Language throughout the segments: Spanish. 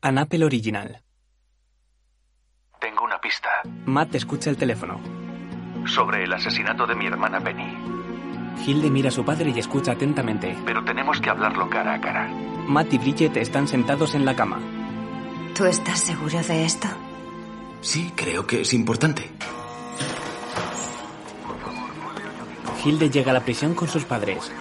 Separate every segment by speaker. Speaker 1: an Apple original.
Speaker 2: Tengo una pista
Speaker 1: Matt escucha el teléfono.
Speaker 2: sobre el asesinato de mi hermana Penny,
Speaker 1: Hilde mira a su padre y escucha atentamente.
Speaker 2: pero tenemos que hablarlo cara a cara.
Speaker 1: Matt y Bridget están sentados en la cama.
Speaker 3: ¿Tú estás seguro de esto?
Speaker 4: Sí, creo que es importante.
Speaker 1: Hilde llega a la prisión con sus padres.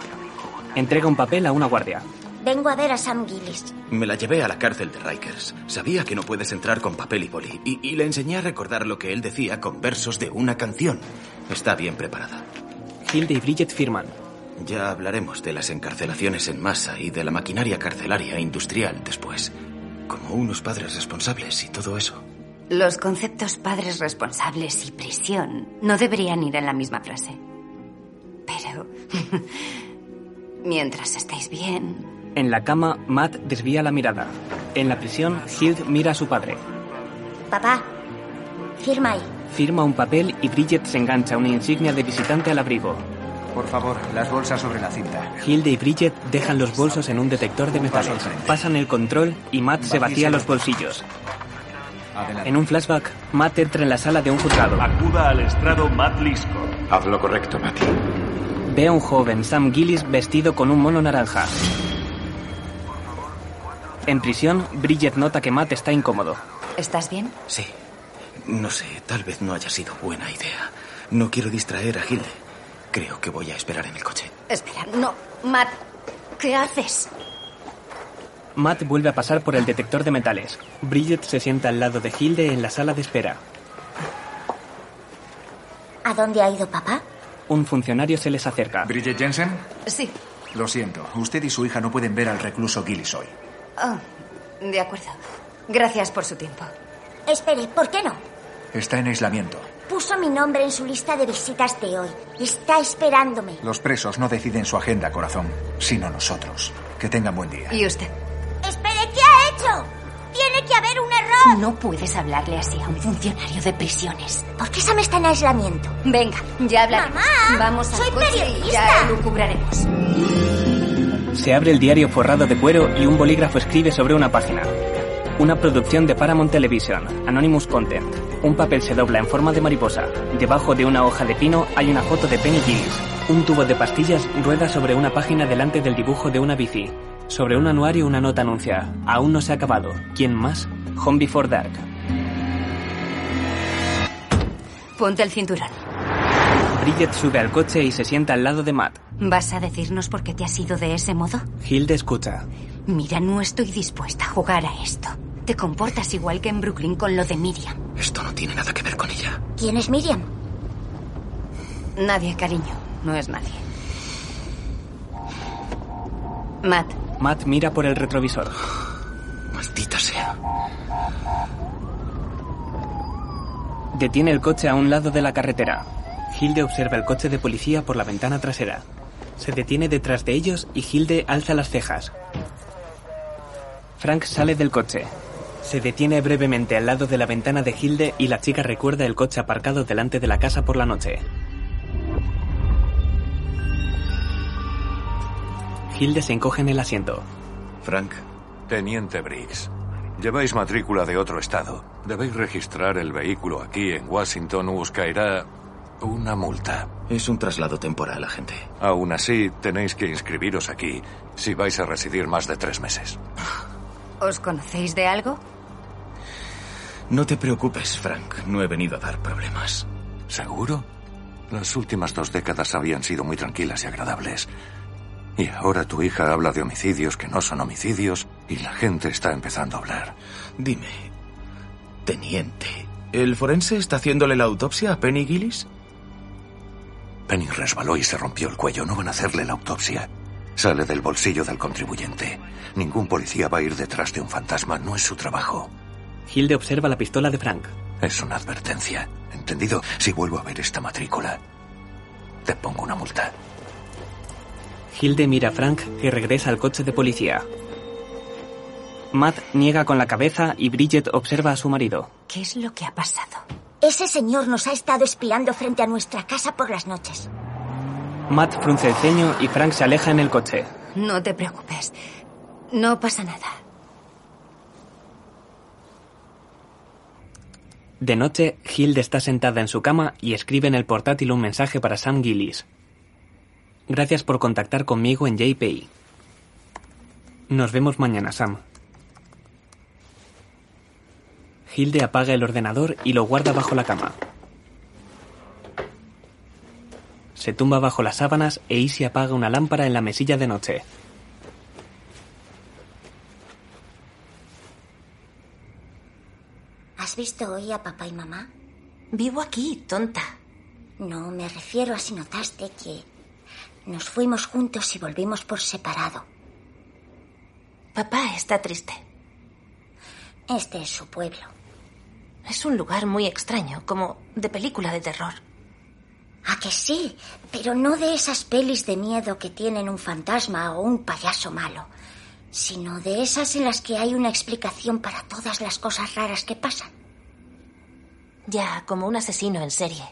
Speaker 1: Entrega un papel a una guardia.
Speaker 5: Vengo a ver a Sam Gillis.
Speaker 4: Me la llevé a la cárcel de Rikers. Sabía que no puedes entrar con papel y boli. Y, y le enseñé a recordar lo que él decía con versos de una canción. Está bien preparada.
Speaker 1: Hilde y Bridget firman.
Speaker 4: Ya hablaremos de las encarcelaciones en masa y de la maquinaria carcelaria industrial después. Como unos padres responsables y todo eso.
Speaker 3: Los conceptos padres responsables y prisión no deberían ir en la misma frase. Pero... mientras estéis bien...
Speaker 1: En la cama, Matt desvía la mirada. En la prisión, Hilde mira a su padre.
Speaker 5: Papá, firma ahí.
Speaker 1: Firma un papel y Bridget se engancha una insignia de visitante al abrigo.
Speaker 6: Por favor, las bolsas sobre la cinta.
Speaker 1: Hilde y Bridget dejan los bolsos en un detector de metales. Pasan el control y Matt se vacía los bolsillos.
Speaker 6: Adelante.
Speaker 1: En un flashback, Matt entra en la sala de un juzgado.
Speaker 7: Acuda al estrado Matt Lisco.
Speaker 8: Haz lo correcto, Mati.
Speaker 1: Ve a un joven Sam Gillis vestido con un mono naranja. En prisión, Bridget nota que Matt está incómodo.
Speaker 3: ¿Estás bien?
Speaker 4: Sí. No sé, tal vez no haya sido buena idea. No quiero distraer a Hilde. Creo que voy a esperar en el coche.
Speaker 3: Espera, no. Matt, ¿qué haces?
Speaker 1: Matt vuelve a pasar por el detector de metales. Bridget se sienta al lado de Hilde en la sala de espera.
Speaker 5: ¿A dónde ha ido papá?
Speaker 1: Un funcionario se les acerca.
Speaker 6: Bridget Jensen,
Speaker 3: Sí.
Speaker 6: lo siento. Usted y su hija no pueden ver al recluso Gillis hoy.
Speaker 3: Oh, de acuerdo. Gracias por su tiempo.
Speaker 5: Espere, ¿por qué no?
Speaker 6: Está en aislamiento.
Speaker 5: Puso mi nombre en su lista de visitas de hoy. Está esperándome.
Speaker 6: Los presos no deciden su agenda, corazón, sino nosotros. Que tengan buen día.
Speaker 3: ¿Y usted?
Speaker 5: Espere, ¿qué ha hecho? Tiene que haber un error.
Speaker 3: No puedes hablarle así a un funcionario de prisiones.
Speaker 5: ¿Por qué Sam está en aislamiento?
Speaker 3: Venga, ya hablaremos.
Speaker 5: Mamá,
Speaker 3: Vamos al
Speaker 5: soy
Speaker 3: coche y
Speaker 5: periodista.
Speaker 3: ya lucubraremos.
Speaker 1: Se abre el diario forrado de cuero y un bolígrafo escribe sobre una página. Una producción de Paramount Television, Anonymous Content. Un papel se dobla en forma de mariposa. Debajo de una hoja de pino hay una foto de Penny Gillis. Un tubo de pastillas rueda sobre una página delante del dibujo de una bici. Sobre un anuario una nota anuncia. Aún no se ha acabado. ¿Quién más? Home Before Dark.
Speaker 3: Ponte el cinturón.
Speaker 1: Bridget sube al coche y se sienta al lado de Matt.
Speaker 3: ¿Vas a decirnos por qué te has ido de ese modo?
Speaker 1: Hilde escucha.
Speaker 3: Mira, no estoy dispuesta a jugar a esto. Te comportas igual que en Brooklyn con lo de Miriam.
Speaker 4: Esto no tiene nada que ver con ella.
Speaker 5: ¿Quién es Miriam?
Speaker 3: Nadie, cariño. No es nadie. Matt,
Speaker 1: Matt mira por el retrovisor.
Speaker 4: Maldita sea.
Speaker 1: Detiene el coche a un lado de la carretera. Hilde observa el coche de policía por la ventana trasera. Se detiene detrás de ellos y Hilde alza las cejas. Frank sale del coche. Se detiene brevemente al lado de la ventana de Hilde y la chica recuerda el coche aparcado delante de la casa por la noche. Hilde se encoge en el asiento.
Speaker 4: Frank,
Speaker 8: Teniente Briggs, lleváis matrícula de otro estado. Debéis registrar el vehículo aquí en Washington o os caerá una multa.
Speaker 4: es un traslado temporal, agente.
Speaker 8: Aún así, tenéis que inscribiros aquí si vais a residir más de tres meses.
Speaker 3: ¿os conocéis de algo?
Speaker 4: No te preocupes, Frank. No he venido a dar problemas.
Speaker 8: ¿Seguro? Las últimas dos décadas habían sido muy tranquilas y agradables. Y ahora tu hija habla de homicidios que no son homicidios y la gente está empezando a hablar.
Speaker 4: Dime, teniente, ¿el forense está haciéndole la autopsia a Penny Gillis?
Speaker 8: Penny resbaló y se rompió el cuello. No van a hacerle la autopsia. Sale del bolsillo del contribuyente. Ningún policía va a ir detrás de un fantasma. No es su trabajo.
Speaker 1: Hilde observa la pistola de Frank.
Speaker 8: Es una advertencia. ¿Entendido? Si vuelvo a ver esta matrícula, te pongo una multa.
Speaker 1: Hilde mira a Frank, que regresa al coche de policía. Matt niega con la cabeza y Bridget observa a su marido.
Speaker 3: ¿Qué es lo que ha pasado?
Speaker 5: Ese señor nos ha estado espiando frente a nuestra casa por las noches.
Speaker 1: Matt frunce el ceño y Frank se aleja en el coche.
Speaker 3: No te preocupes. No pasa nada.
Speaker 1: De noche, Hilde está sentada en su cama y escribe en el portátil un mensaje para Sam Gillis. Gracias por contactar conmigo en JPI. Nos vemos mañana, Sam. Hilde apaga el ordenador y lo guarda bajo la cama. Se tumba bajo las sábanas e Izzy apaga una lámpara en la mesilla de noche.
Speaker 5: ¿Has visto hoy a papá y mamá?
Speaker 3: Vivo aquí, tonta.
Speaker 5: No, me refiero a si notaste que nos fuimos juntos y volvimos por separado.
Speaker 3: Papá está triste.
Speaker 5: Este es su pueblo.
Speaker 3: Es un lugar muy extraño, como de película de terror.
Speaker 5: Ah, que sí, pero no de esas pelis de miedo que tienen un fantasma o un payaso malo, sino de esas en las que hay una explicación para todas las cosas raras que pasan.
Speaker 3: Ya, como un asesino en serie.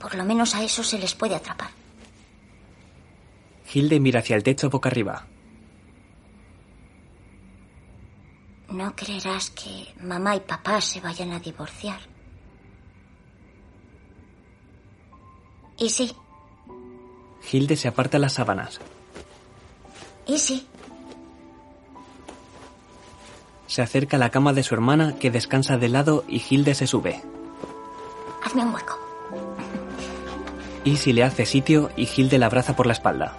Speaker 5: Por lo menos a eso se les puede atrapar.
Speaker 1: Hilde mira hacia el techo boca arriba.
Speaker 5: No creerás que mamá y papá se vayan a divorciar. ¿Y sí?
Speaker 1: Hilde se aparta las sábanas.
Speaker 5: ¿Y sí?
Speaker 1: Se acerca a la cama de su hermana que descansa de lado y Hilde se sube.
Speaker 5: Hazme un hueco.
Speaker 1: Izzy le hace sitio y Hilde la abraza por la espalda.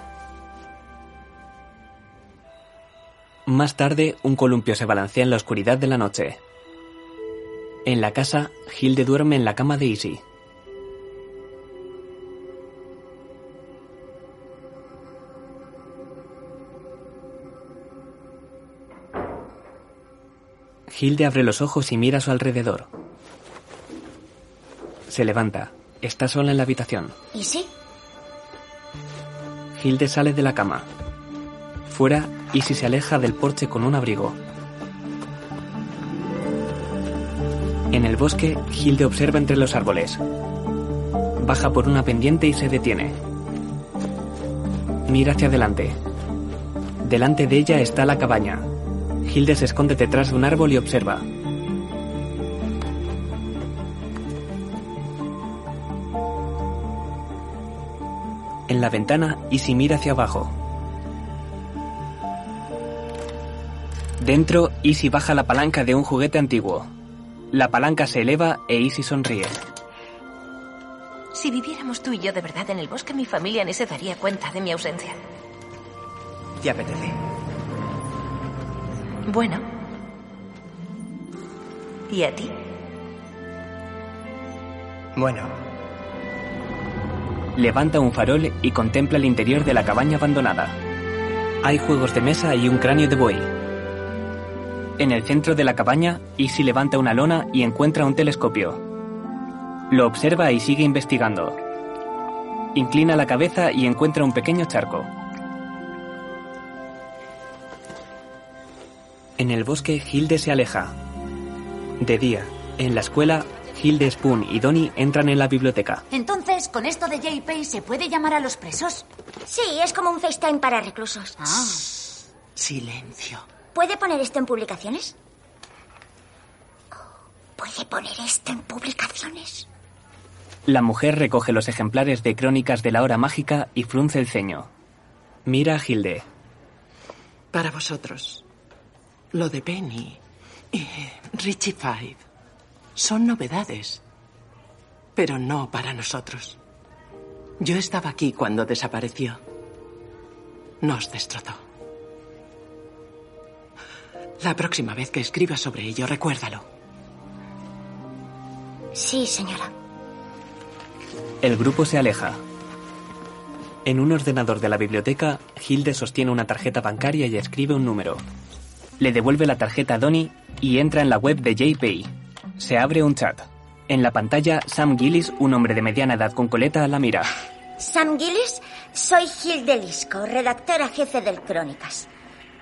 Speaker 1: Más tarde, un columpio se balancea en la oscuridad de la noche. En la casa, Hilde duerme en la cama de Izzy. Hilde abre los ojos y mira a su alrededor. Se levanta. Está sola en la habitación.
Speaker 5: ¿Y sí?
Speaker 1: Hilde sale de la cama. Fuera, Izzy se aleja del porche con un abrigo. En el bosque, Hilde observa entre los árboles. Baja por una pendiente y se detiene. Mira hacia adelante. Delante de ella está la cabaña. Hilde se esconde detrás de un árbol y observa. En la ventana, Izzy mira hacia abajo. Dentro, Izzy baja la palanca de un juguete antiguo. La palanca se eleva e Izzy sonríe.
Speaker 3: Si viviéramos tú y yo de verdad en el bosque, mi familia ni se daría cuenta de mi ausencia.
Speaker 1: ¿Te apetece?
Speaker 3: Bueno. ¿Y a ti?
Speaker 1: Bueno. Levanta un farol y contempla el interior de la cabaña abandonada. Hay juegos de mesa y un cráneo de buey. En el centro de la cabaña, Izzy levanta una lona y encuentra un telescopio. Lo observa y sigue investigando. Inclina la cabeza y encuentra un pequeño charco. En el bosque, Hilde se aleja. De día, en la escuela, Hilde, Spoon y Donnie entran en la biblioteca.
Speaker 9: Entonces, con esto de JPay se puede llamar a los presos.
Speaker 5: pues, Sí, es como un FaceTime para reclusos.
Speaker 9: Ah.
Speaker 10: Silencio.
Speaker 5: ¿Puede poner esto en publicaciones? ¿Puede poner esto en publicaciones?
Speaker 1: La mujer recoge los ejemplares de Crónicas de la Hora Mágica y frunce el ceño. Mira a Hilde.
Speaker 10: Para vosotros, lo de Penny y Richie Five son novedades, pero no para nosotros. Yo estaba aquí cuando desapareció. Nos destrozó. La próxima vez que escriba sobre ello, recuérdalo.
Speaker 5: Sí, señora.
Speaker 1: El grupo se aleja. En un ordenador de la biblioteca, Hilde sostiene una tarjeta bancaria y escribe un número. Le devuelve la tarjeta a Donnie y entra en la web de JPay. Se abre un chat. En la pantalla, Sam Gillis, un hombre de mediana edad con coleta, la mira.
Speaker 5: Sam Gillis, soy Hilde Lisco, redactora jefe del Crónicas.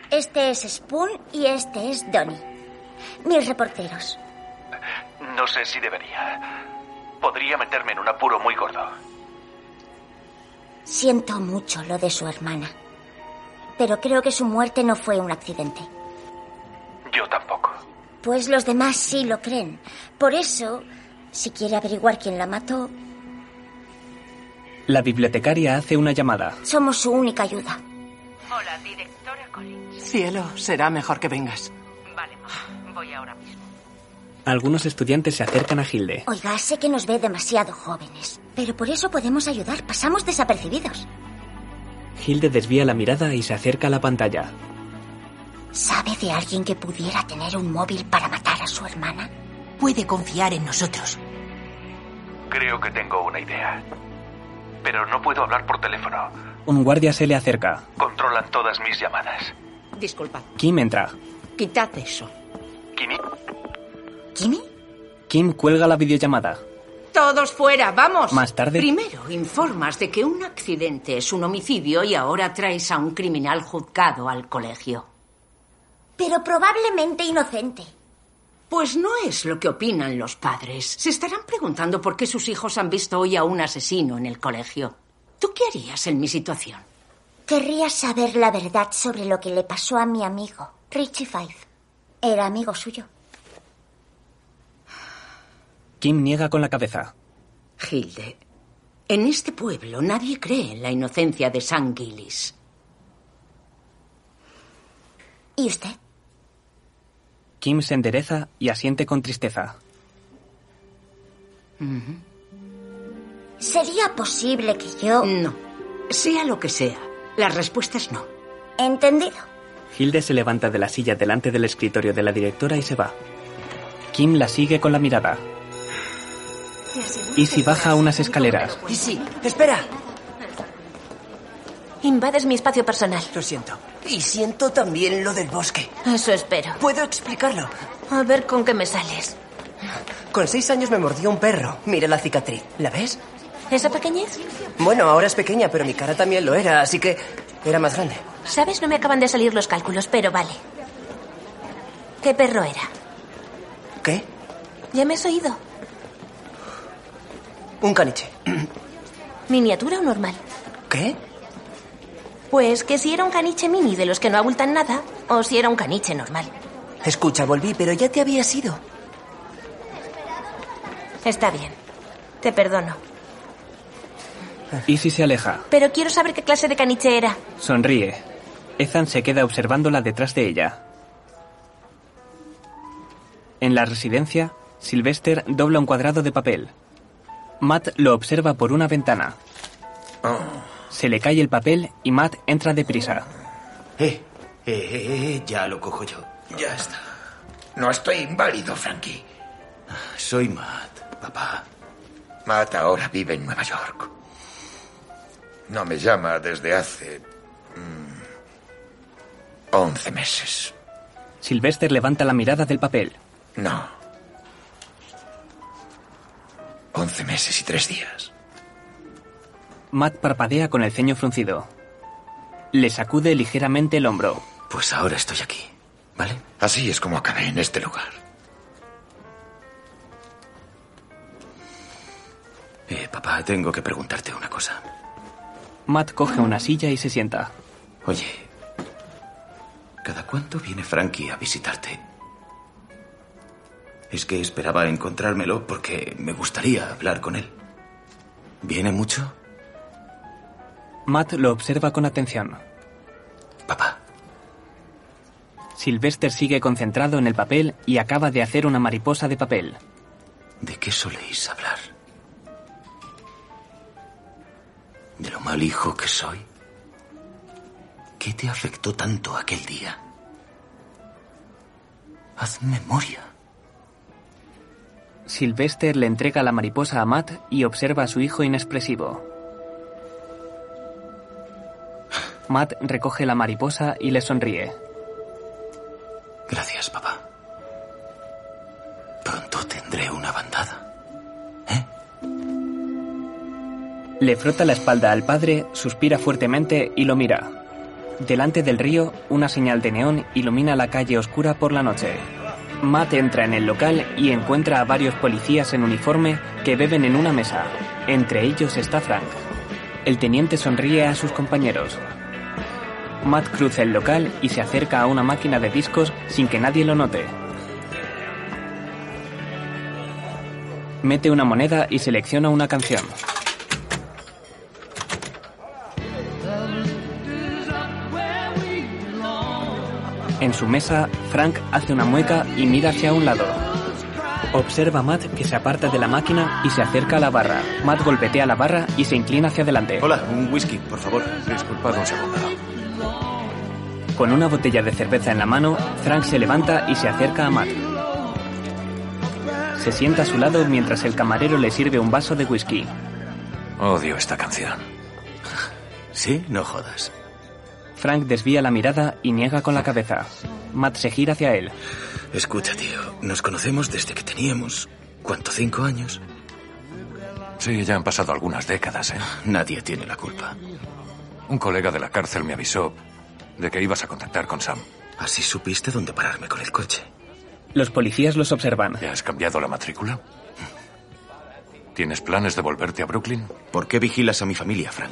Speaker 5: Este es Spoon y este es Donnie. Mis reporteros.
Speaker 6: No sé si debería. Podría meterme en un apuro muy gordo.
Speaker 5: Siento mucho lo de su hermana. Pero creo que su muerte no fue un accidente.
Speaker 6: Yo tampoco.
Speaker 5: Pues los demás sí lo creen. Por eso, si quiere averiguar quién la mató,
Speaker 1: La bibliotecaria hace una llamada.
Speaker 5: somos su única ayuda.
Speaker 11: Hola, directora Collins.
Speaker 12: Cielo, será mejor que vengas.
Speaker 11: Vale, ma, voy ahora mismo.
Speaker 1: Algunos estudiantes se acercan a Hilde.
Speaker 5: Oiga, sé que nos ve demasiado jóvenes, pero por eso podemos ayudar. Pasamos desapercibidos.
Speaker 1: Hilde desvía la mirada y se acerca a la pantalla.
Speaker 5: ¿Sabe de alguien que pudiera tener un móvil para matar a su hermana?
Speaker 3: Puede confiar en nosotros.
Speaker 6: Creo que tengo una idea. Pero no puedo hablar por teléfono.
Speaker 1: Un guardia se le acerca.
Speaker 6: Controlan todas mis llamadas.
Speaker 3: Disculpad.
Speaker 1: Kim entra.
Speaker 3: Quitad eso.
Speaker 6: Kimi,
Speaker 3: ¿Kimi?
Speaker 1: Kim cuelga la videollamada.
Speaker 3: Todos fuera, vamos.
Speaker 1: Más tarde.
Speaker 3: Primero, informas de que un accidente es un homicidio y ahora traes a un criminal juzgado al colegio.
Speaker 5: Pero probablemente inocente.
Speaker 3: Pues no es lo que opinan los padres. Se estarán preguntando por qué sus hijos han visto hoy a un asesino en el colegio. ¿Tú qué harías en mi situación?
Speaker 5: Querría saber la verdad sobre lo que le pasó a mi amigo, Richie Five. Era amigo suyo.
Speaker 1: Kim niega con la cabeza.
Speaker 3: Hilde, en este pueblo nadie cree en la inocencia de San Gillis.
Speaker 5: ¿Y usted?
Speaker 1: Kim se endereza y asiente con tristeza.
Speaker 5: ¿Sería posible que yo...
Speaker 13: Mm.
Speaker 3: No. Sea lo que sea, las respuestas no.
Speaker 5: Entendido.
Speaker 1: Hilde se levanta de la silla delante del escritorio de la directora y se va. Kim la sigue con la mirada. Izzy baja unas escaleras.
Speaker 13: Sí, espera. Invades mi espacio personal. Lo siento. Y siento también lo del bosque. Eso espero. Puedo explicarlo. A ver con qué me sales.
Speaker 14: Con seis años me mordió un perro. Mira la cicatriz. ¿La ves?
Speaker 13: ¿Esa pequeñez?
Speaker 14: Bueno, ahora es pequeña, pero mi cara también lo era, así que era más grande.
Speaker 13: Sabes, no me acaban de salir los cálculos, pero vale. ¿Qué perro era?
Speaker 14: ¿Qué?
Speaker 13: Ya me has oído.
Speaker 14: Un caniche.
Speaker 13: ¿Miniatura o normal?
Speaker 14: ¿Qué?
Speaker 13: Pues que si era un caniche mini de los que no abultan nada, o si era un caniche normal.
Speaker 14: Escucha, volví, pero ya te había sido.
Speaker 13: Está bien. Te perdono.
Speaker 1: Izzy se aleja.
Speaker 13: Pero quiero saber qué clase de caniche era.
Speaker 1: Sonríe. Ethan se queda observándola detrás de ella. En la residencia, Sylvester dobla un cuadrado de papel. Matt lo observa por una ventana.
Speaker 15: Oh.
Speaker 1: Se le cae el papel y Matt entra deprisa.
Speaker 4: Eh, eh, eh, eh, ya lo cojo yo. Ya está.
Speaker 15: No estoy inválido, Frankie.
Speaker 4: Soy Matt, papá.
Speaker 15: Matt ahora vive en Nueva York. No me llama desde hace... mm, 11 meses.
Speaker 1: Sylvester levanta la mirada del papel.
Speaker 15: No. 11 meses y tres días.
Speaker 1: Matt parpadea con el ceño fruncido. Le sacude ligeramente el hombro.
Speaker 4: Pues ahora estoy aquí.
Speaker 15: Así es como acabé en este lugar.
Speaker 4: Eh, papá, tengo que preguntarte una cosa.
Speaker 1: Matt coge una silla y se sienta.
Speaker 4: Oye, ¿cada cuánto viene Frankie a visitarte? Es que esperaba encontrármelo porque me gustaría hablar con él. ¿Viene mucho?
Speaker 1: Matt lo observa con atención.
Speaker 4: Papá.
Speaker 1: Sylvester sigue concentrado en el papel y acaba de hacer una mariposa de papel.
Speaker 4: ¿De qué soléis hablar? ¿De lo mal hijo que soy? ¿Qué te afectó tanto aquel día? Haz memoria.
Speaker 1: Sylvester le entrega la mariposa a Matt y observa a su hijo inexpresivo. Matt recoge la mariposa y le sonríe.
Speaker 4: Gracias, papá. Pronto tendré una bandada.
Speaker 1: Le frota la espalda al padre, suspira fuertemente y lo mira. Delante del río, una señal de neón ilumina la calle oscura por la noche. Matt entra en el local y encuentra a varios policías en uniforme que beben en una mesa. Entre ellos está Frank. El teniente sonríe a sus compañeros. Matt cruza el local y se acerca a una máquina de discos sin que nadie lo note. Mete una moneda y selecciona una canción. En su mesa, Frank hace una mueca y mira hacia un lado. Observa a Matt que se aparta de la máquina y se acerca a la barra. Matt golpetea la barra y se inclina hacia adelante.
Speaker 4: Hola, un whisky, por favor. Disculpad un segundo.
Speaker 1: Con una botella de cerveza en la mano, Frank se levanta y se acerca a Matt. Se sienta a su lado mientras el camarero le sirve un vaso de whisky.
Speaker 8: Odio esta canción.
Speaker 4: ¿Sí? No jodas.
Speaker 1: Frank desvía la mirada y niega con la cabeza. Matt se gira hacia él.
Speaker 4: Escucha, tío. Nos conocemos desde que teníamos... ¿Cuánto? ¿Cinco años?
Speaker 8: Sí, ya han pasado algunas décadas, ¿eh?
Speaker 4: Nadie tiene la culpa.
Speaker 8: Un colega de la cárcel me avisó de que ibas a contactar con Sam.
Speaker 4: Así supiste dónde pararme con el coche.
Speaker 1: Los policías los observan.
Speaker 8: ¿Te has cambiado la matrícula? ¿Tienes planes de volverte a Brooklyn?
Speaker 4: ¿Por qué vigilas a mi familia, Frank?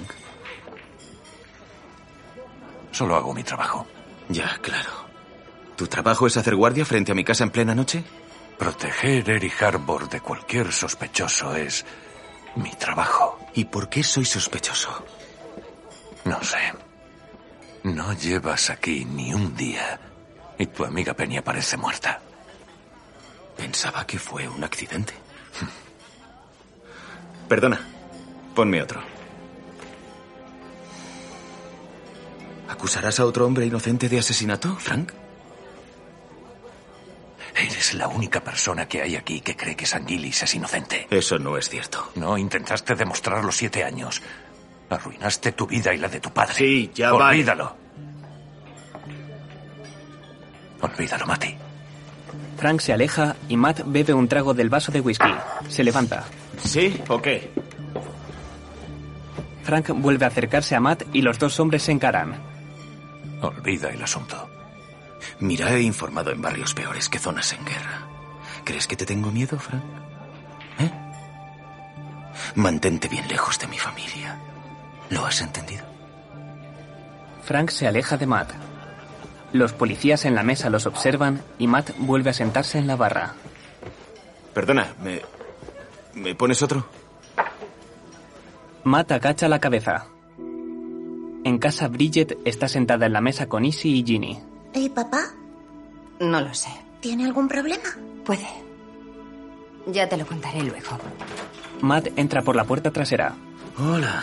Speaker 8: Solo hago mi trabajo.
Speaker 4: Ya, claro. ¿Tu trabajo es hacer guardia frente a mi casa en plena noche?
Speaker 8: Proteger Eri Harbor de cualquier sospechoso es mi trabajo.
Speaker 4: ¿Y por qué soy sospechoso?
Speaker 8: No sé. No llevas aquí ni un día y tu amiga Peña parece muerta.
Speaker 4: Pensaba que fue un accidente. Perdona, ponme otro. ¿Acusarás a otro hombre inocente de asesinato, Frank?
Speaker 8: Eres la única persona que hay aquí que cree que Sanguilis es inocente.
Speaker 4: Eso no es cierto.
Speaker 8: No intentaste demostrarlo siete años. Arruinaste tu vida y la de tu padre.
Speaker 4: Sí, ya
Speaker 8: va. Olvídalo. Vale. Olvídalo, Mati.
Speaker 1: Frank se aleja y Matt bebe un trago del vaso de whisky. Se levanta.
Speaker 4: ¿Sí o qué?
Speaker 1: Frank vuelve a acercarse a Matt y los dos hombres se encaran.
Speaker 8: Olvida el asunto.
Speaker 4: Mira, he informado en barrios peores que zonas en guerra. ¿Crees que te tengo miedo, Frank? ¿Eh? Mantente bien lejos de mi familia. ¿Lo has entendido?
Speaker 1: Frank se aleja de Matt. Los policías en la mesa los observan y Matt vuelve a sentarse en la barra.
Speaker 4: Perdona, ¿me, ¿me pones otro?
Speaker 1: Matt agacha la cabeza. En casa, Bridget está sentada en la mesa con Izzy y Ginny.
Speaker 16: ¿Y papá?
Speaker 3: No lo sé.
Speaker 16: ¿Tiene algún problema?
Speaker 3: Puede. Ya te lo contaré luego.
Speaker 1: Matt entra por la puerta trasera.
Speaker 4: Hola.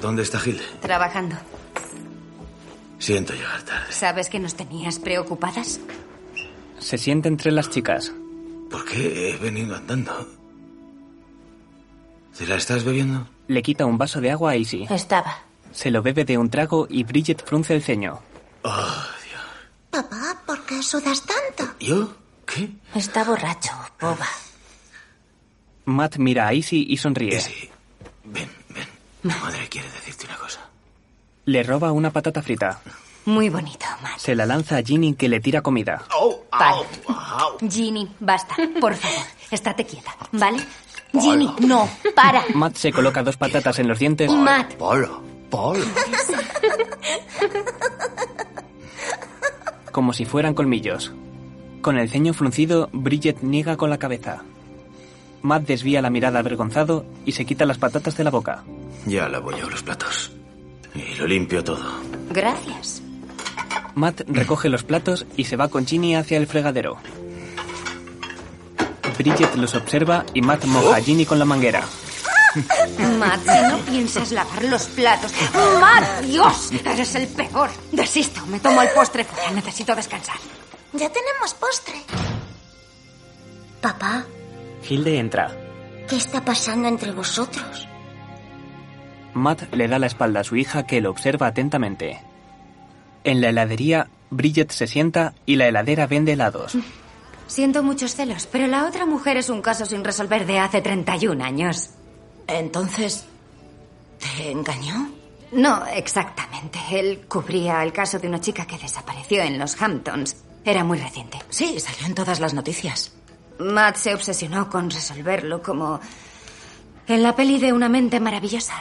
Speaker 4: ¿Dónde está Gil?
Speaker 3: Trabajando.
Speaker 4: Siento llegar tarde.
Speaker 3: ¿Sabes que nos tenías preocupadas?
Speaker 1: Se siente entre las chicas.
Speaker 4: ¿Por qué he venido andando? ¿Te la estás bebiendo?
Speaker 1: Le quita un vaso de agua a Izzy.
Speaker 17: Estaba.
Speaker 1: Se lo bebe de un trago y Bridget frunce el ceño.
Speaker 4: Oh, Dios.
Speaker 16: Papá, ¿por qué sudas tanto?
Speaker 4: ¿Yo? ¿Qué?
Speaker 17: Está borracho, boba.
Speaker 1: Matt mira a Izzy y sonríe.
Speaker 4: Izzy, ven, ven. Mi madre quiere decirte una cosa.
Speaker 1: Le roba una patata frita.
Speaker 3: Muy bonito, Matt.
Speaker 1: Se la lanza a Ginny que le tira comida.
Speaker 4: Oh,
Speaker 3: Vale.
Speaker 4: au.
Speaker 3: Ginny, basta, por favor. Estate quieta, ¿vale? Ginny, no, para.
Speaker 1: Matt se coloca dos patatas en los dientes.
Speaker 3: Matt,
Speaker 4: Polo, Polo.
Speaker 1: como si fueran colmillos. Con el ceño fruncido, Bridget niega con la cabeza. Matt desvía la mirada avergonzado y se quita las patatas de la boca.
Speaker 4: Ya lavo yo los platos. Y lo limpio todo.
Speaker 3: gracias.
Speaker 1: Matt recoge los platos y se va con Ginny hacia el fregadero. Bridget los observa y Matt moja a Ginny con la manguera.
Speaker 3: Matt, si no piensas lavar los platos. Matt, Dios, eres el peor. Desisto, me tomo el postre fuera, necesito descansar.
Speaker 16: Ya tenemos postre. Papá,
Speaker 1: Hilde entra.
Speaker 16: ¿qué está pasando entre vosotros?
Speaker 1: Matt le da la espalda a su hija que lo observa atentamente. En la heladería, Bridget se sienta y la heladera vende helados.
Speaker 5: Siento muchos celos, pero la otra mujer es un caso sin resolver de hace 31 años.
Speaker 17: Entonces, ¿te engañó?
Speaker 5: No, exactamente. Él cubría el caso de una chica que desapareció en los Hamptons. Era muy reciente.
Speaker 17: Sí, salió en todas las noticias.
Speaker 5: Matt se obsesionó con resolverlo como en la peli de Una mente maravillosa.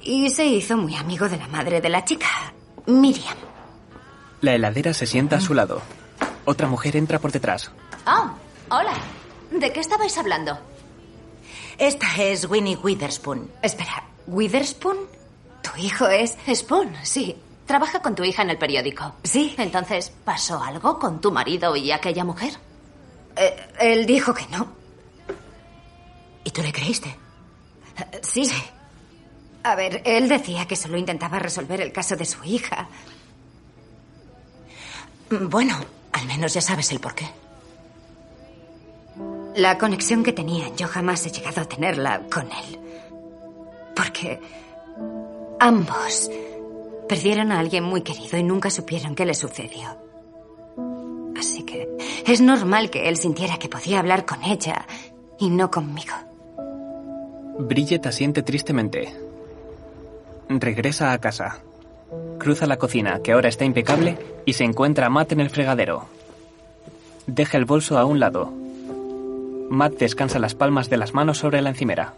Speaker 5: Y se hizo muy amigo de la madre de la chica, Miriam.
Speaker 1: La heladera se sienta a su lado. Otra mujer entra por detrás.
Speaker 5: Oh, Hola. ¿De qué estabais hablando?
Speaker 3: Esta es Winnie Witherspoon.
Speaker 5: Espera, ¿Witherspoon? ¿Tu hijo es...? Spoon, sí. Trabaja con tu hija en el periódico. Sí. Entonces, ¿pasó algo con tu marido y aquella mujer?
Speaker 18: él dijo que no.
Speaker 3: ¿Y tú le creíste?
Speaker 18: Sí. A ver, él decía que solo intentaba resolver el caso de su hija.
Speaker 3: Bueno, al menos ya sabes el porqué.
Speaker 18: La conexión que tenían, yo jamás he llegado a tenerla con él. Porque ambos perdieron a alguien muy querido y nunca supieron qué le sucedió. Así que es normal que él sintiera que podía hablar con ella y no conmigo.
Speaker 1: Bridget asiente tristemente. Regresa a casa. Cruza la cocina, que ahora está impecable, y se encuentra a Matt en el fregadero. Deja el bolso a un lado. Matt descansa las palmas de las manos sobre la encimera.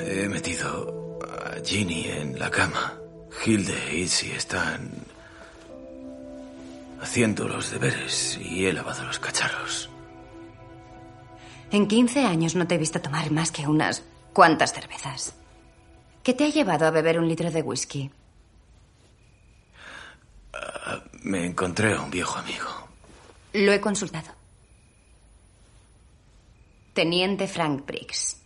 Speaker 8: He metido a Ginny en la cama. Hilde y si están haciendo los deberes y he lavado los cacharros.
Speaker 18: En 15 años no te he visto tomar más que unas cuantas cervezas. ¿Qué te ha llevado a beber un litro de whisky?
Speaker 8: Ah, Me encontré a un viejo amigo.
Speaker 18: Lo he consultado. Teniente Frank Briggs.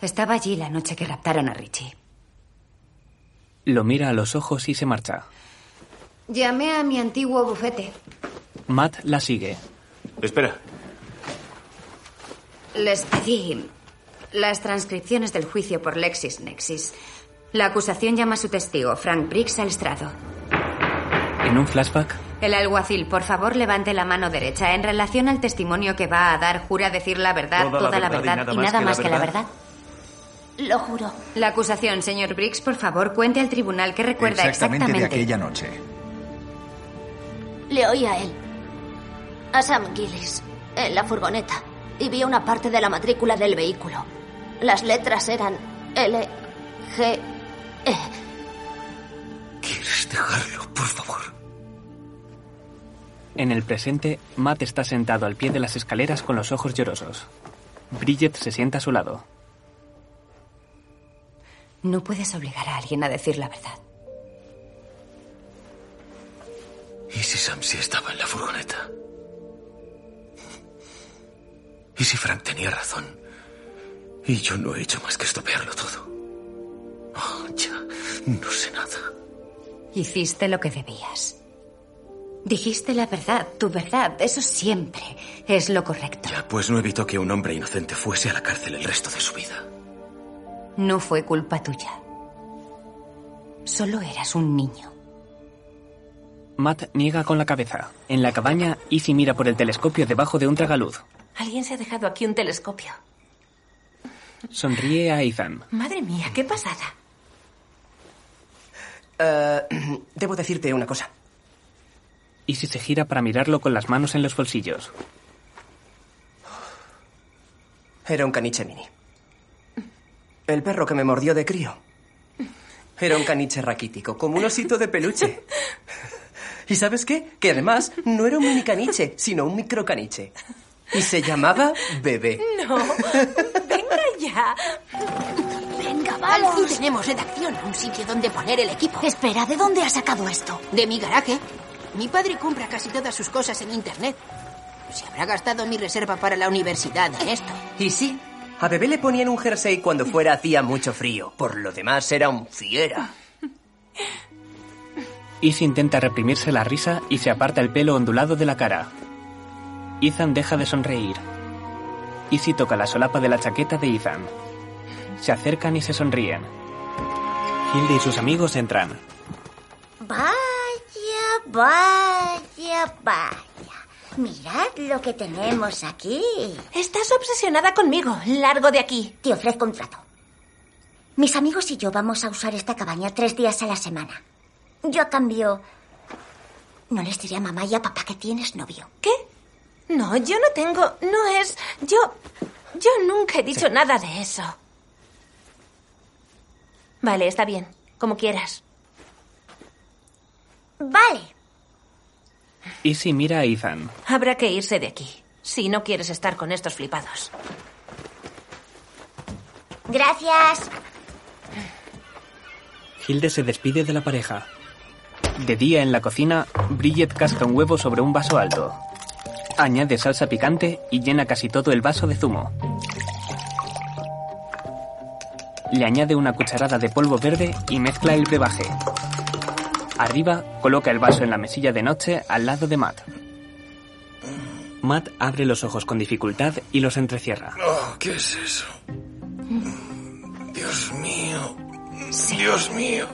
Speaker 18: Estaba allí la noche que raptaron a Richie.
Speaker 1: Lo mira a los ojos y se marcha.
Speaker 18: Llamé a mi antiguo bufete.
Speaker 1: Matt la sigue.
Speaker 8: Espera.
Speaker 18: Les pedí las transcripciones del juicio por LexisNexis. La acusación llama a su testigo, Frank Briggs, al estrado.
Speaker 1: En un flashback,
Speaker 18: El alguacil, por favor, levante la mano derecha en relación al testimonio que va a dar. Jura decir la verdad, toda, la verdad, y nada, más que la verdad.
Speaker 5: Lo juro.
Speaker 18: La acusación, señor Briggs, por favor, cuente al tribunal que recuerda
Speaker 19: exactamente,
Speaker 18: exactamente.
Speaker 19: de aquella noche.
Speaker 5: Le oí a él. A Sam Gillis. En la furgoneta. Y vi una parte de la matrícula del vehículo. Las letras eran L, G, E.
Speaker 8: ¿Quieres dejarlo, por favor?
Speaker 1: en el presente, Matt está sentado al pie de las escaleras con los ojos llorosos. Bridget se sienta a su lado.
Speaker 18: No puedes obligar a alguien a decir la verdad.
Speaker 8: ¿Y si Sam sí estaba en la furgoneta? ¿Y si Frank tenía razón? Y yo no he hecho más que estropearlo todo. Ah, ya, no sé nada.
Speaker 18: Hiciste lo que debías. Dijiste la verdad, tu verdad. Eso siempre es lo correcto.
Speaker 8: Ya, pues no evitó que un hombre inocente fuese a la cárcel el resto de su vida.
Speaker 18: No fue culpa tuya. Solo eras un niño.
Speaker 1: Matt niega con la cabeza. En la cabaña, Izzy mira por el telescopio debajo de un tragaluz.
Speaker 20: Alguien se ha dejado aquí un telescopio.
Speaker 1: Sonríe a Ethan.
Speaker 20: Madre mía, qué pasada.
Speaker 4: Eh, debo decirte una cosa.
Speaker 1: Izzy se gira para mirarlo con las manos en los bolsillos.
Speaker 4: Era un caniche mini. El perro que me mordió de crío. Era un caniche raquítico, como un osito de peluche. ¿Y sabes qué? Que además no era un mini caniche, sino un micro caniche. Y se llamaba Bebé.
Speaker 20: No. Venga ya.
Speaker 5: Venga, vamos.
Speaker 20: Al fin tenemos redacción, un sitio donde poner el equipo.
Speaker 5: Espera, ¿de dónde has sacado esto?
Speaker 20: De mi garaje. Mi padre compra casi todas sus cosas en internet. Se habrá gastado mi reserva para la universidad ¿eh? en esto.
Speaker 4: Y sí, a Bebé le ponían un jersey cuando fuera hacía mucho frío. Por lo demás era un fiera.
Speaker 1: Izzy intenta reprimirse la risa y se aparta el pelo ondulado de la cara. Ethan deja de sonreír. Izzy toca la solapa de la chaqueta de Ethan. Se acercan y se sonríen. Hilde y sus amigos entran.
Speaker 21: Vaya, vaya, vaya. Mirad lo que tenemos aquí.
Speaker 20: Estás obsesionada conmigo. Largo de aquí.
Speaker 21: Te ofrezco un trato. Mis amigos y yo vamos a usar esta cabaña tres días a la semana. Yo a cambio... No les diré a mamá y a papá que tienes novio.
Speaker 20: ¿Qué? No, yo no tengo. No es. Yo. Yo nunca he dicho nada de eso. Vale, está bien. Como quieras.
Speaker 21: Vale.
Speaker 1: Izzy mira a Ethan.
Speaker 22: Habrá que irse de aquí, si no quieres estar con estos flipados.
Speaker 5: Gracias.
Speaker 1: Hilde se despide de la pareja. De día en la cocina, Bridget casca un huevo sobre un vaso alto. Añade salsa picante y llena casi todo el vaso de zumo. Le añade una cucharada de polvo verde y mezcla el brebaje. Arriba, coloca el vaso en la mesilla de noche al lado de Matt. Matt abre los ojos con dificultad y los entrecierra.
Speaker 15: Oh, ¿Qué es eso? Dios mío. Dios mío.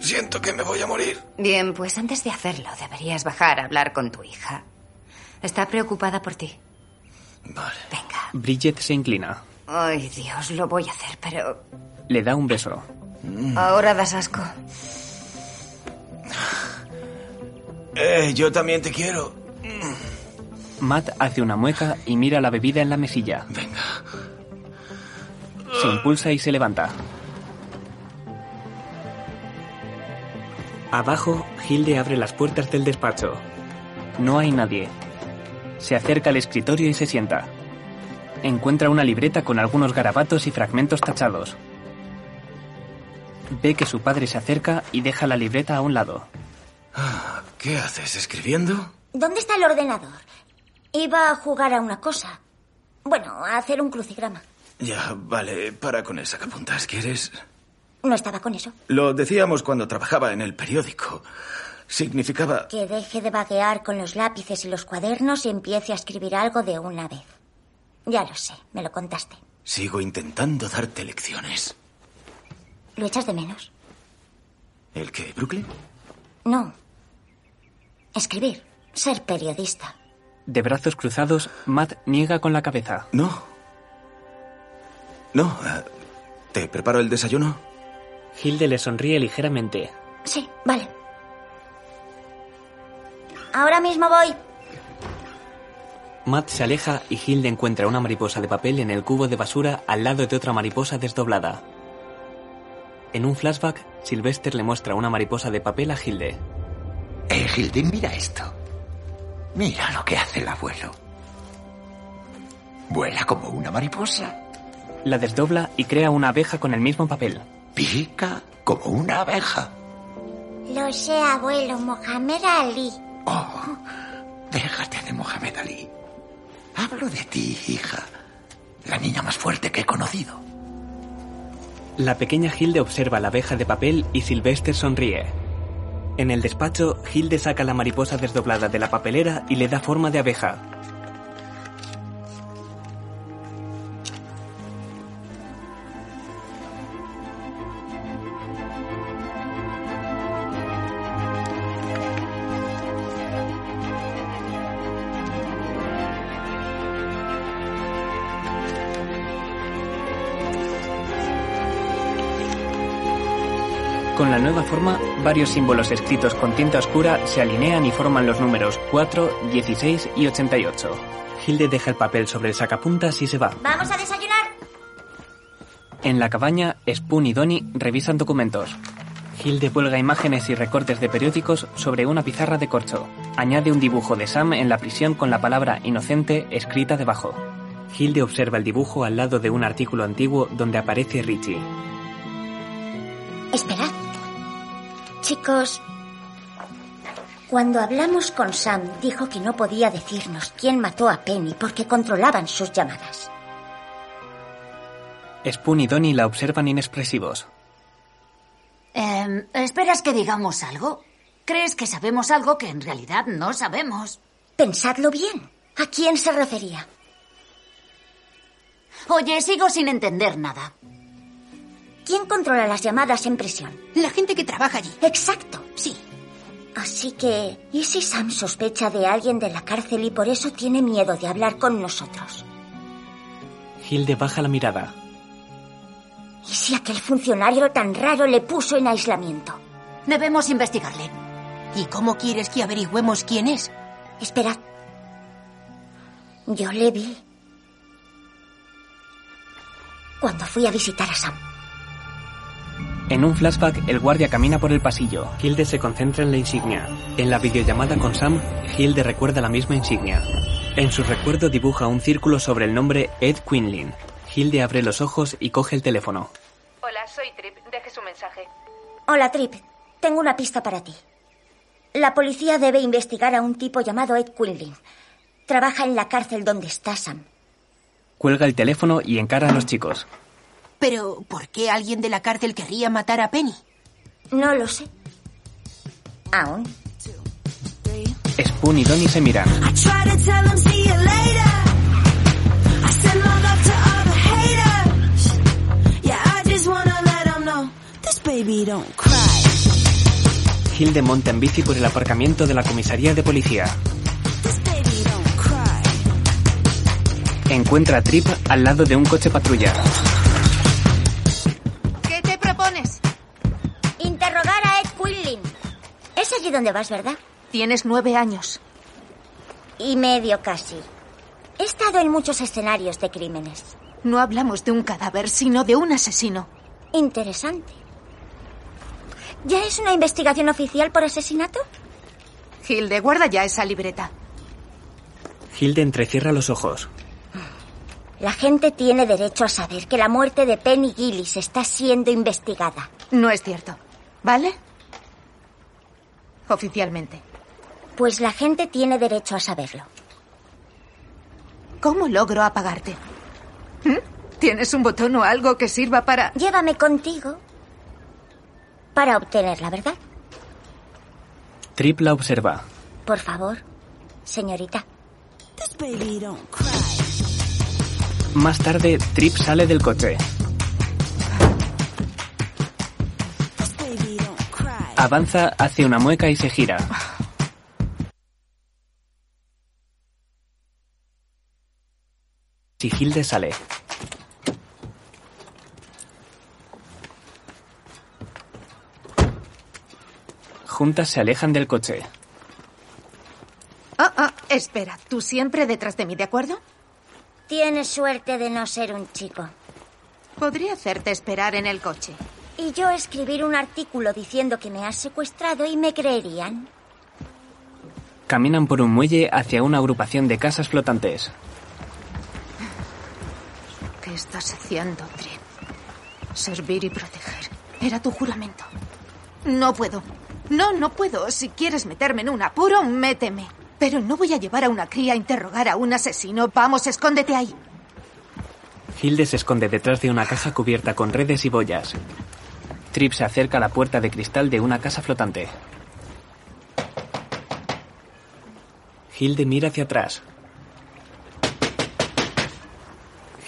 Speaker 15: Siento que me voy a morir.
Speaker 9: Bien, pues antes de hacerlo, deberías bajar a hablar con tu hija. Está preocupada por ti.
Speaker 1: Bridget se inclina.
Speaker 9: Ay, Dios, lo voy a hacer, pero
Speaker 1: Le da un beso.
Speaker 9: ahora das asco.
Speaker 15: Eh, yo también te quiero.
Speaker 1: Matt hace una mueca y mira la bebida en la mesilla. Venga. Se impulsa y se levanta. Abajo, Hilde abre las puertas del despacho. No hay nadie. Se acerca al escritorio y se sienta. Encuentra una libreta con algunos garabatos y fragmentos tachados. Ve que su padre se acerca y deja la libreta a un lado.
Speaker 8: ¿Qué haces escribiendo?
Speaker 5: ¿Dónde está el ordenador? Iba a jugar a una cosa. Bueno, a hacer un crucigrama.
Speaker 8: Ya, vale, para con el sacapuntas, ¿quieres?
Speaker 5: No estaba con eso.
Speaker 8: Lo decíamos cuando trabajaba en el periódico. Significaba...
Speaker 5: Que deje de vaguear con los lápices y los cuadernos y empiece a escribir algo de una vez. Ya lo sé, me lo contaste.
Speaker 8: Sigo intentando darte lecciones.
Speaker 5: ¿Lo echas de menos?
Speaker 8: ¿El qué, Brooklyn?
Speaker 5: No. Escribir. Ser periodista.
Speaker 1: De brazos cruzados, Matt niega con la cabeza.
Speaker 8: No. No. eh, ¿Te preparo el desayuno?
Speaker 1: Hilde le sonríe ligeramente.
Speaker 5: Sí, vale. Ahora mismo voy.
Speaker 1: Matt se aleja y Hilde encuentra una mariposa de papel en el cubo de basura al lado de otra mariposa desdoblada. En un flashback, Sylvester le muestra una mariposa de papel a Hilde.
Speaker 23: Eh, Hilde, mira esto. Mira lo que hace el abuelo. Vuela como una mariposa.
Speaker 1: La desdobla y crea una abeja con el mismo papel.
Speaker 23: Pica como una abeja.
Speaker 5: Lo sé, abuelo Mohamed Ali.
Speaker 23: Oh, Déjate de Mohamed Ali. Hablo de ti, hija. La niña más fuerte que he conocido.
Speaker 1: La pequeña Hilde observa la abeja de papel y Sylvester sonríe. En el despacho, Hilde saca la mariposa desdoblada de la papelera y le da forma de abeja. Con la nueva forma, varios símbolos escritos con tinta oscura se alinean y forman los números 4, 16 y 88. Hilde deja el papel sobre el sacapuntas y se va.
Speaker 5: ¿Vamos a desayunar?
Speaker 1: En la cabaña, Spoon y Donnie revisan documentos. Hilde cuelga imágenes y recortes de periódicos sobre una pizarra de corcho. Añade un dibujo de Sam en la prisión con la palabra inocente escrita debajo. Hilde observa el dibujo al lado de un artículo antiguo donde aparece Richie.
Speaker 5: Esperad. Chicos, cuando hablamos con Sam, dijo que no podía decirnos quién mató a Penny porque controlaban sus llamadas.
Speaker 1: Spoon y Donnie la observan inexpresivos.
Speaker 22: Eh, ¿Esperas que digamos algo? ¿Crees que sabemos algo que en realidad no sabemos?
Speaker 5: Pensadlo bien. ¿A quién se refería?
Speaker 22: Oye, sigo sin entender nada.
Speaker 5: ¿Quién controla las llamadas en prisión?
Speaker 22: La gente que trabaja allí.
Speaker 5: Exacto, sí. Así que, ¿y si Sam sospecha de alguien de la cárcel y por eso tiene miedo de hablar con nosotros?
Speaker 1: Hilde baja la mirada.
Speaker 5: ¿Y si aquel funcionario tan raro le puso en aislamiento?
Speaker 22: Debemos investigarle.
Speaker 24: ¿Y cómo quieres que averigüemos quién es?
Speaker 5: Esperad. Yo le vi. Cuando fui a visitar a Sam.
Speaker 1: En un flashback, el guardia camina por el pasillo. Hilde se concentra en la insignia. En la videollamada con Sam, Hilde recuerda la misma insignia. En su recuerdo dibuja un círculo sobre el nombre Ed Quinlin. Hilde abre los ojos y coge el teléfono.
Speaker 25: Hola, soy Trip. Deje su mensaje.
Speaker 5: Hola, Trip. Tengo una pista para ti. La policía debe investigar a un tipo llamado Ed Quinlin. Trabaja en la cárcel donde está Sam.
Speaker 1: Cuelga el teléfono y encara a los chicos.
Speaker 18: Pero, ¿por qué alguien de la cárcel querría matar a Penny?
Speaker 5: No lo sé. Aún.
Speaker 1: Spoon y Donnie se miran.
Speaker 18: 'em, 'em
Speaker 1: Hilde monta en bici por el aparcamiento de la comisaría de policía. Encuentra a Trip al lado de un coche patrulla.
Speaker 18: ¿Qué te propones?
Speaker 5: Interrogar a Ed Quinlin. Es allí donde vas, ¿verdad?
Speaker 18: Tienes nueve años.
Speaker 5: Y medio casi. He estado en muchos escenarios de crímenes.
Speaker 18: No hablamos de un cadáver, sino de un asesino.
Speaker 5: Interesante. ¿Ya es una investigación oficial por asesinato?
Speaker 18: Hilde, guarda ya esa libreta.
Speaker 1: Hilde entrecierra los ojos.
Speaker 5: La gente tiene derecho a saber que la muerte de Penny Gillis está siendo investigada.
Speaker 18: No es cierto. ¿Vale? Oficialmente.
Speaker 5: Pues la gente tiene derecho a saberlo.
Speaker 18: ¿Cómo logro apagarte? ¿Mm? ¿Tienes un botón o algo que sirva para...
Speaker 5: Llévame contigo para obtener la verdad.
Speaker 1: Trip la observa.
Speaker 5: Por favor, señorita.
Speaker 1: Más tarde, Trip sale del coche. Avanza, hace una mueca y se gira. Sigilde sale. Juntas se alejan del coche.
Speaker 18: Ah, ah, espera, tú siempre detrás de mí, ¿de acuerdo?
Speaker 5: Tienes suerte de no ser un chico.
Speaker 18: Podría hacerte esperar en el coche.
Speaker 5: Y yo escribir un artículo diciendo que me has secuestrado y me creerían.
Speaker 1: Caminan por un muelle hacia una agrupación de casas flotantes.
Speaker 18: ¿Qué estás haciendo, Trip? Servir y proteger. Era tu juramento. No puedo. No, no puedo. Si quieres meterme en un apuro, méteme. Pero no voy a llevar a una cría a interrogar a un asesino. Vamos, escóndete ahí.
Speaker 1: Hilde se esconde detrás de una caja cubierta con redes y boyas. Trip se acerca a la puerta de cristal de una casa flotante. Hilde mira hacia atrás.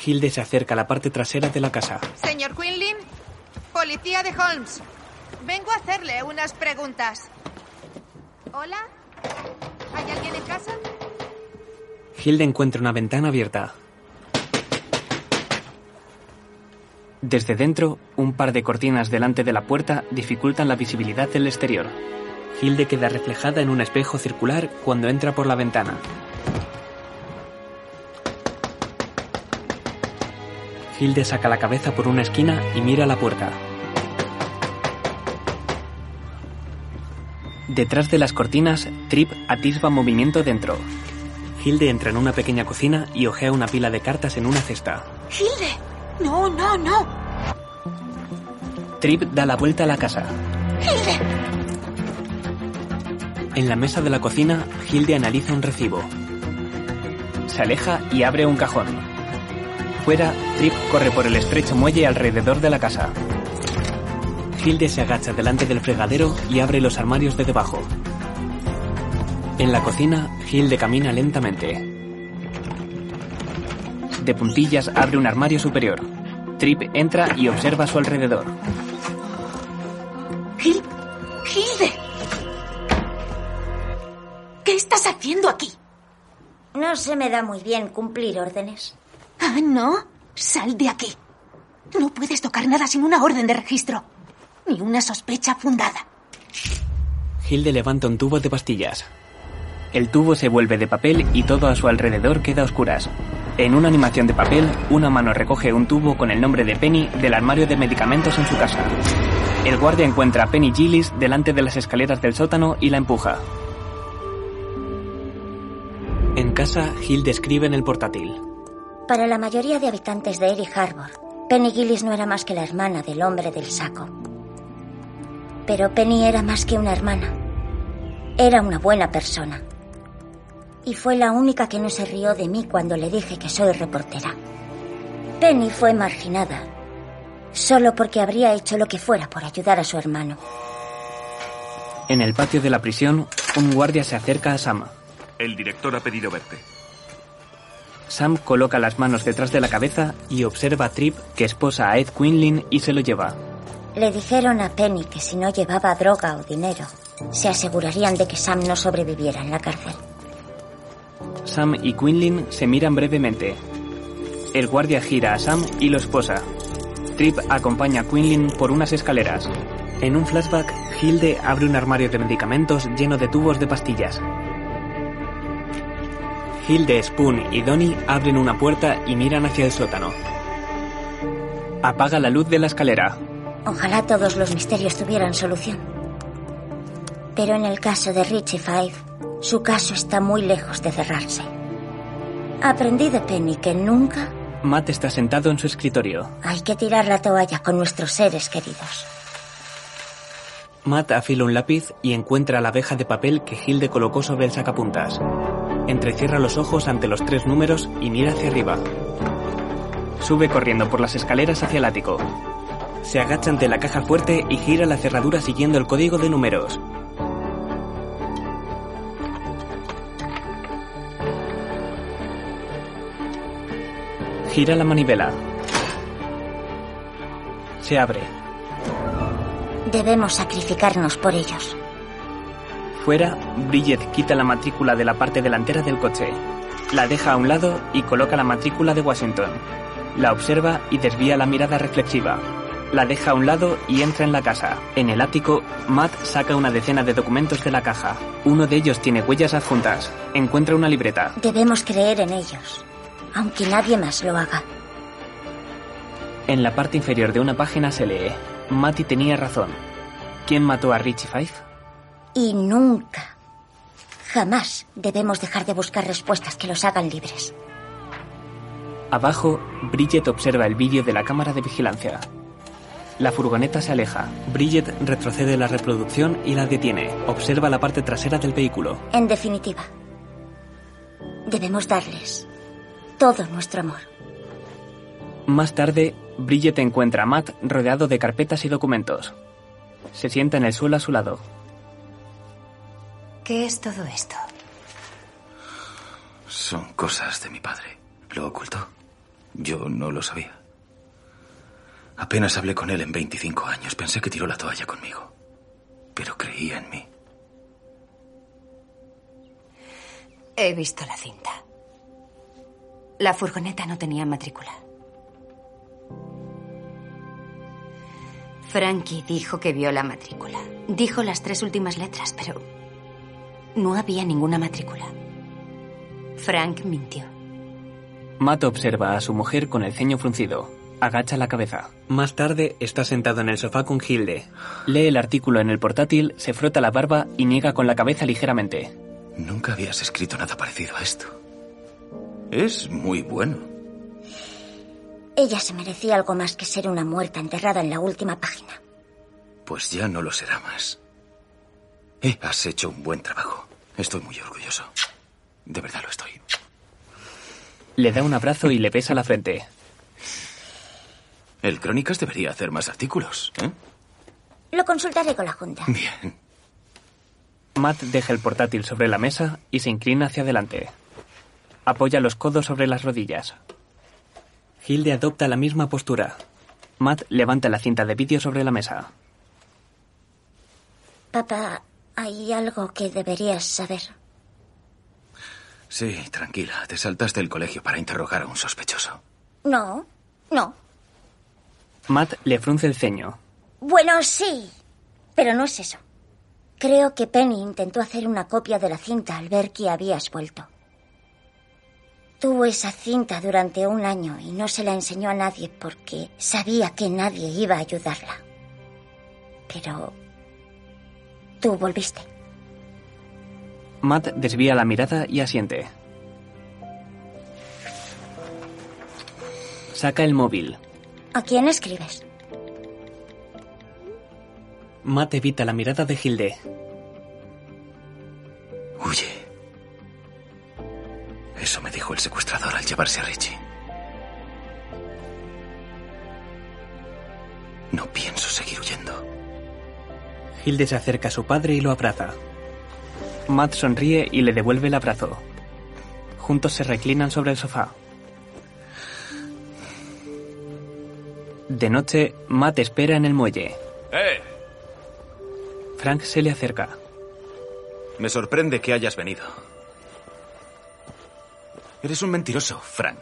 Speaker 1: Hilde se acerca a la parte trasera de la casa.
Speaker 18: Señor Quinlin, policía de Holmes. Vengo a hacerle unas preguntas. ¿Hola? ¿Hay alguien en casa?
Speaker 1: Hilde encuentra una ventana abierta. Desde dentro, un par de cortinas delante de la puerta dificultan la visibilidad del exterior. Hilde queda reflejada en un espejo circular cuando entra por la ventana. Hilde saca la cabeza por una esquina y mira la puerta. Detrás de las cortinas, Trip atisba movimiento dentro. Hilde entra en una pequeña cocina y ojea una pila de cartas en una cesta.
Speaker 18: ¡Hilde! ¡No, no, no!
Speaker 1: Trip da la vuelta a la casa.
Speaker 18: ¡Hilde!
Speaker 1: En la mesa de la cocina, Hilde analiza un recibo. Se aleja y abre un cajón. Fuera, Trip corre por el estrecho muelle alrededor de la casa. Hilde se agacha delante del fregadero y abre los armarios de debajo. En la cocina, Hilde camina lentamente. De puntillas abre un armario superior. Trip entra y observa a su alrededor.
Speaker 18: Hil Hilde. ¿Qué estás haciendo aquí?
Speaker 5: No se me da muy bien cumplir órdenes.
Speaker 18: Ah, no. Sal de aquí. No puedes tocar nada sin una orden de registro ni una sospecha fundada.
Speaker 1: Hilde levanta un tubo de pastillas. El tubo se vuelve de papel y todo a su alrededor queda a oscuras. En una animación de papel, una mano recoge un tubo con el nombre de Penny del armario de medicamentos en su casa. El guardia encuentra a Penny Gillis delante de las escaleras del sótano y la empuja. En casa, Hill describe en el portátil.
Speaker 5: Para la mayoría de habitantes de Erie Harbor, Penny Gillis no era más que la hermana del hombre del saco. Pero Penny era más que una hermana. Era una buena persona. Y fue la única que no se rió de mí cuando le dije que soy reportera. Penny fue marginada, solo porque habría hecho lo que fuera por ayudar a su hermano.
Speaker 1: En el patio de la prisión, un guardia se acerca a Sam.
Speaker 7: El director ha pedido verte.
Speaker 1: Sam coloca las manos detrás de la cabeza y observa a Trip que esposa a Ed Quinlin y se lo lleva.
Speaker 5: Le dijeron a Penny que si no llevaba droga o dinero, se asegurarían de que Sam no sobreviviera en la cárcel.
Speaker 1: Sam y Quinlin se miran brevemente. El guardia gira a Sam y lo esposa. Trip acompaña a Quinlin por unas escaleras. En un flashback, Hilde abre un armario de medicamentos lleno de tubos de pastillas. Hilde, Spoon y Donnie abren una puerta y miran hacia el sótano. Apaga la luz de la escalera.
Speaker 5: Ojalá todos los misterios tuvieran solución. Pero en el caso de Richie Five, su caso está muy lejos de cerrarse. Aprendí de Penny que nunca
Speaker 1: Matt está sentado en su escritorio.
Speaker 5: hay que tirar la toalla con nuestros seres queridos.
Speaker 1: Matt afila un lápiz y encuentra la abeja de papel que Hilde colocó sobre el sacapuntas. Entrecierra los ojos ante los tres números y mira hacia arriba. Sube corriendo por las escaleras hacia el ático. Se agacha ante la caja fuerte y gira la cerradura siguiendo el código de números. Gira la manivela. Se abre.
Speaker 5: Debemos sacrificarnos por ellos.
Speaker 1: Fuera, Bridget quita la matrícula de la parte delantera del coche. La deja a un lado y coloca la matrícula de Washington. La observa y desvía la mirada reflexiva. La deja a un lado y entra en la casa. En el ático, Matt saca una decena de documentos de la caja. Uno de ellos tiene huellas adjuntas. Encuentra una libreta.
Speaker 5: Debemos creer en ellos, aunque nadie más lo haga.
Speaker 1: En la parte inferior de una página se lee, Matty tenía razón. ¿Quién mató a Richie Five?
Speaker 5: Y nunca, jamás debemos dejar de buscar respuestas que los hagan libres.
Speaker 1: Abajo, Bridget observa el vídeo de la cámara de vigilancia. La furgoneta se aleja. Bridget retrocede la reproducción y la detiene. Observa la parte trasera del vehículo.
Speaker 5: En definitiva, debemos darles todo nuestro amor.
Speaker 1: Más tarde, Bridget encuentra a Matt rodeado de carpetas y documentos. Se sienta en el suelo a su lado.
Speaker 9: ¿Qué es todo esto?
Speaker 8: Son cosas de mi padre. Lo ocultó. Yo no lo sabía. Apenas hablé con él en 25 años. Pensé que tiró la toalla conmigo. Pero creía en mí.
Speaker 9: He visto la cinta. La furgoneta no tenía matrícula. Frankie dijo que vio la matrícula. Dijo las tres últimas letras, pero no había ninguna matrícula. Frank mintió.
Speaker 1: Matt observa a su mujer con el ceño fruncido. Agacha la cabeza. Más tarde está sentado en el sofá con Hilde. Lee el artículo en el portátil, se frota la barba y niega con la cabeza ligeramente.
Speaker 8: Nunca habías escrito nada parecido a esto. Es muy bueno.
Speaker 5: Ella se merecía algo más que ser una muerta enterrada en la última página.
Speaker 8: Pues ya no lo será más. Eh, has hecho un buen trabajo. Estoy muy orgulloso. De verdad lo estoy.
Speaker 1: Le da un abrazo y le besa la frente.
Speaker 8: El Crónicas debería hacer más artículos. ¿eh?
Speaker 5: Lo consultaré con la Junta.
Speaker 8: Bien.
Speaker 1: Matt deja el portátil sobre la mesa y se inclina hacia adelante. Apoya los codos sobre las rodillas. Hilde adopta la misma postura. Matt levanta la cinta de vídeo sobre la mesa.
Speaker 5: Papá, hay algo que deberías saber.
Speaker 8: Sí, tranquila. Te saltaste el colegio para interrogar a un sospechoso.
Speaker 5: No, no.
Speaker 1: Matt le frunce el ceño.
Speaker 5: Bueno, sí, pero no es eso. Creo que Penny intentó hacer una copia de la cinta al ver que habías vuelto. Tuvo esa cinta durante un año y no se la enseñó a nadie porque sabía que nadie iba a ayudarla. Pero... Tú volviste.
Speaker 1: Matt desvía la mirada y asiente. Saca el móvil.
Speaker 5: ¿A quién escribes?
Speaker 1: Matt evita la mirada de Hilde.
Speaker 8: Huye. Eso me dijo el secuestrador al llevarse a Richie. No pienso seguir huyendo.
Speaker 1: Hilde se acerca a su padre y lo abraza. Matt sonríe y le devuelve el abrazo. Juntos se reclinan sobre el sofá. De noche, Matt espera en el muelle.
Speaker 7: ¡Eh!
Speaker 1: Frank se le acerca.
Speaker 8: Me sorprende que hayas venido. Eres un mentiroso, Frank.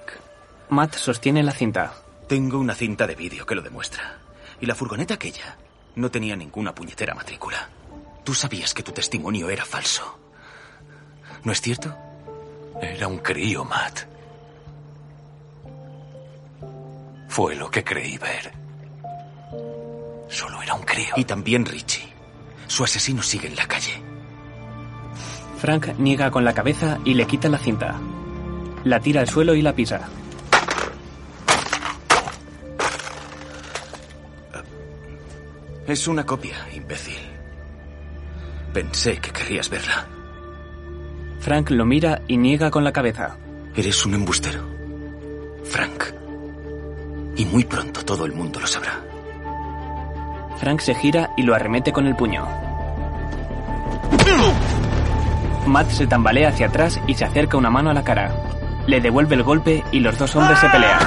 Speaker 1: Matt sostiene la cinta.
Speaker 8: Tengo una cinta de vídeo que lo demuestra. Y la furgoneta aquella no tenía ninguna puñetera matrícula. Tú sabías que tu testimonio era falso. ¿No es cierto? Era un crío, Matt. Fue lo que creí ver. Solo era un crío. Y también Richie. Su asesino sigue en la calle.
Speaker 1: Frank niega con la cabeza y le quita la cinta. La tira al suelo y la pisa.
Speaker 8: Es una copia, imbécil. Pensé que querrías verla.
Speaker 1: Frank lo mira y niega con la cabeza.
Speaker 8: Eres un embustero, Frank. Y muy pronto todo el mundo lo sabrá.
Speaker 1: Frank se gira y lo arremete con el puño. Matt se tambalea hacia atrás y se acerca una mano a la cara. Le devuelve el golpe y los dos hombres se pelean.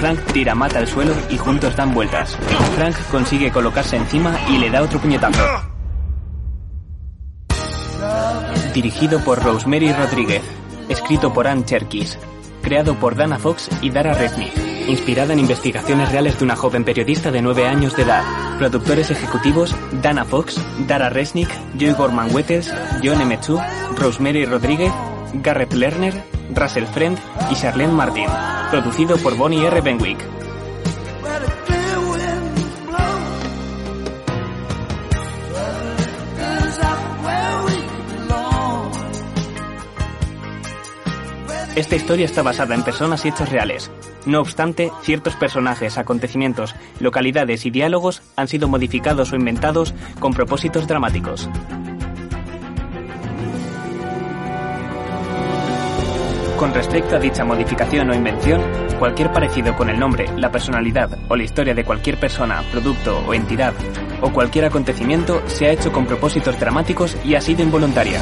Speaker 1: Frank tira a Matt al suelo y juntos dan vueltas. Frank consigue colocarse encima y le da otro puñetazo. Dirigido por Rosemary Rodríguez. Escrito por Ann Cherkis. Creado por Dana Fox y Dara Resnick. Inspirada en investigaciones reales de una joven periodista de 9 años de edad. Productores ejecutivos Dana Fox, Dara Resnick, Joy Gorman Wetters, John M. Chu, Rosemary Rodríguez, Garrett Lerner, Russell Friend y Charlene Martin. Producido por Bonnie R. Benwick. Esta historia está basada en personas y hechos reales. No obstante, ciertos personajes, acontecimientos, localidades y diálogos han sido modificados o inventados con propósitos dramáticos. Con respecto a dicha modificación o invención, cualquier parecido con el nombre, la personalidad o la historia de cualquier persona, producto o entidad, o cualquier acontecimiento se ha hecho con propósitos dramáticos y ha sido involuntaria.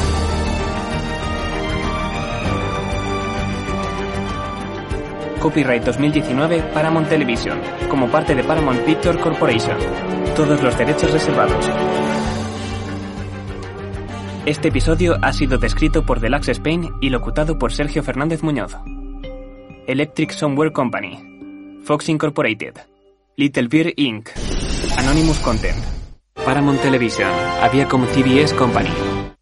Speaker 1: Copyright 2019 Paramount Television, como parte de Paramount Picture Corporation. Todos los derechos reservados. Este episodio ha sido descrito por Deluxe Spain y locutado por Sergio Fernández Muñoz. Electric Software Company, Fox Incorporated, Little Beer Inc., Anonymous Content, Paramount Television, Viacom CBS Company,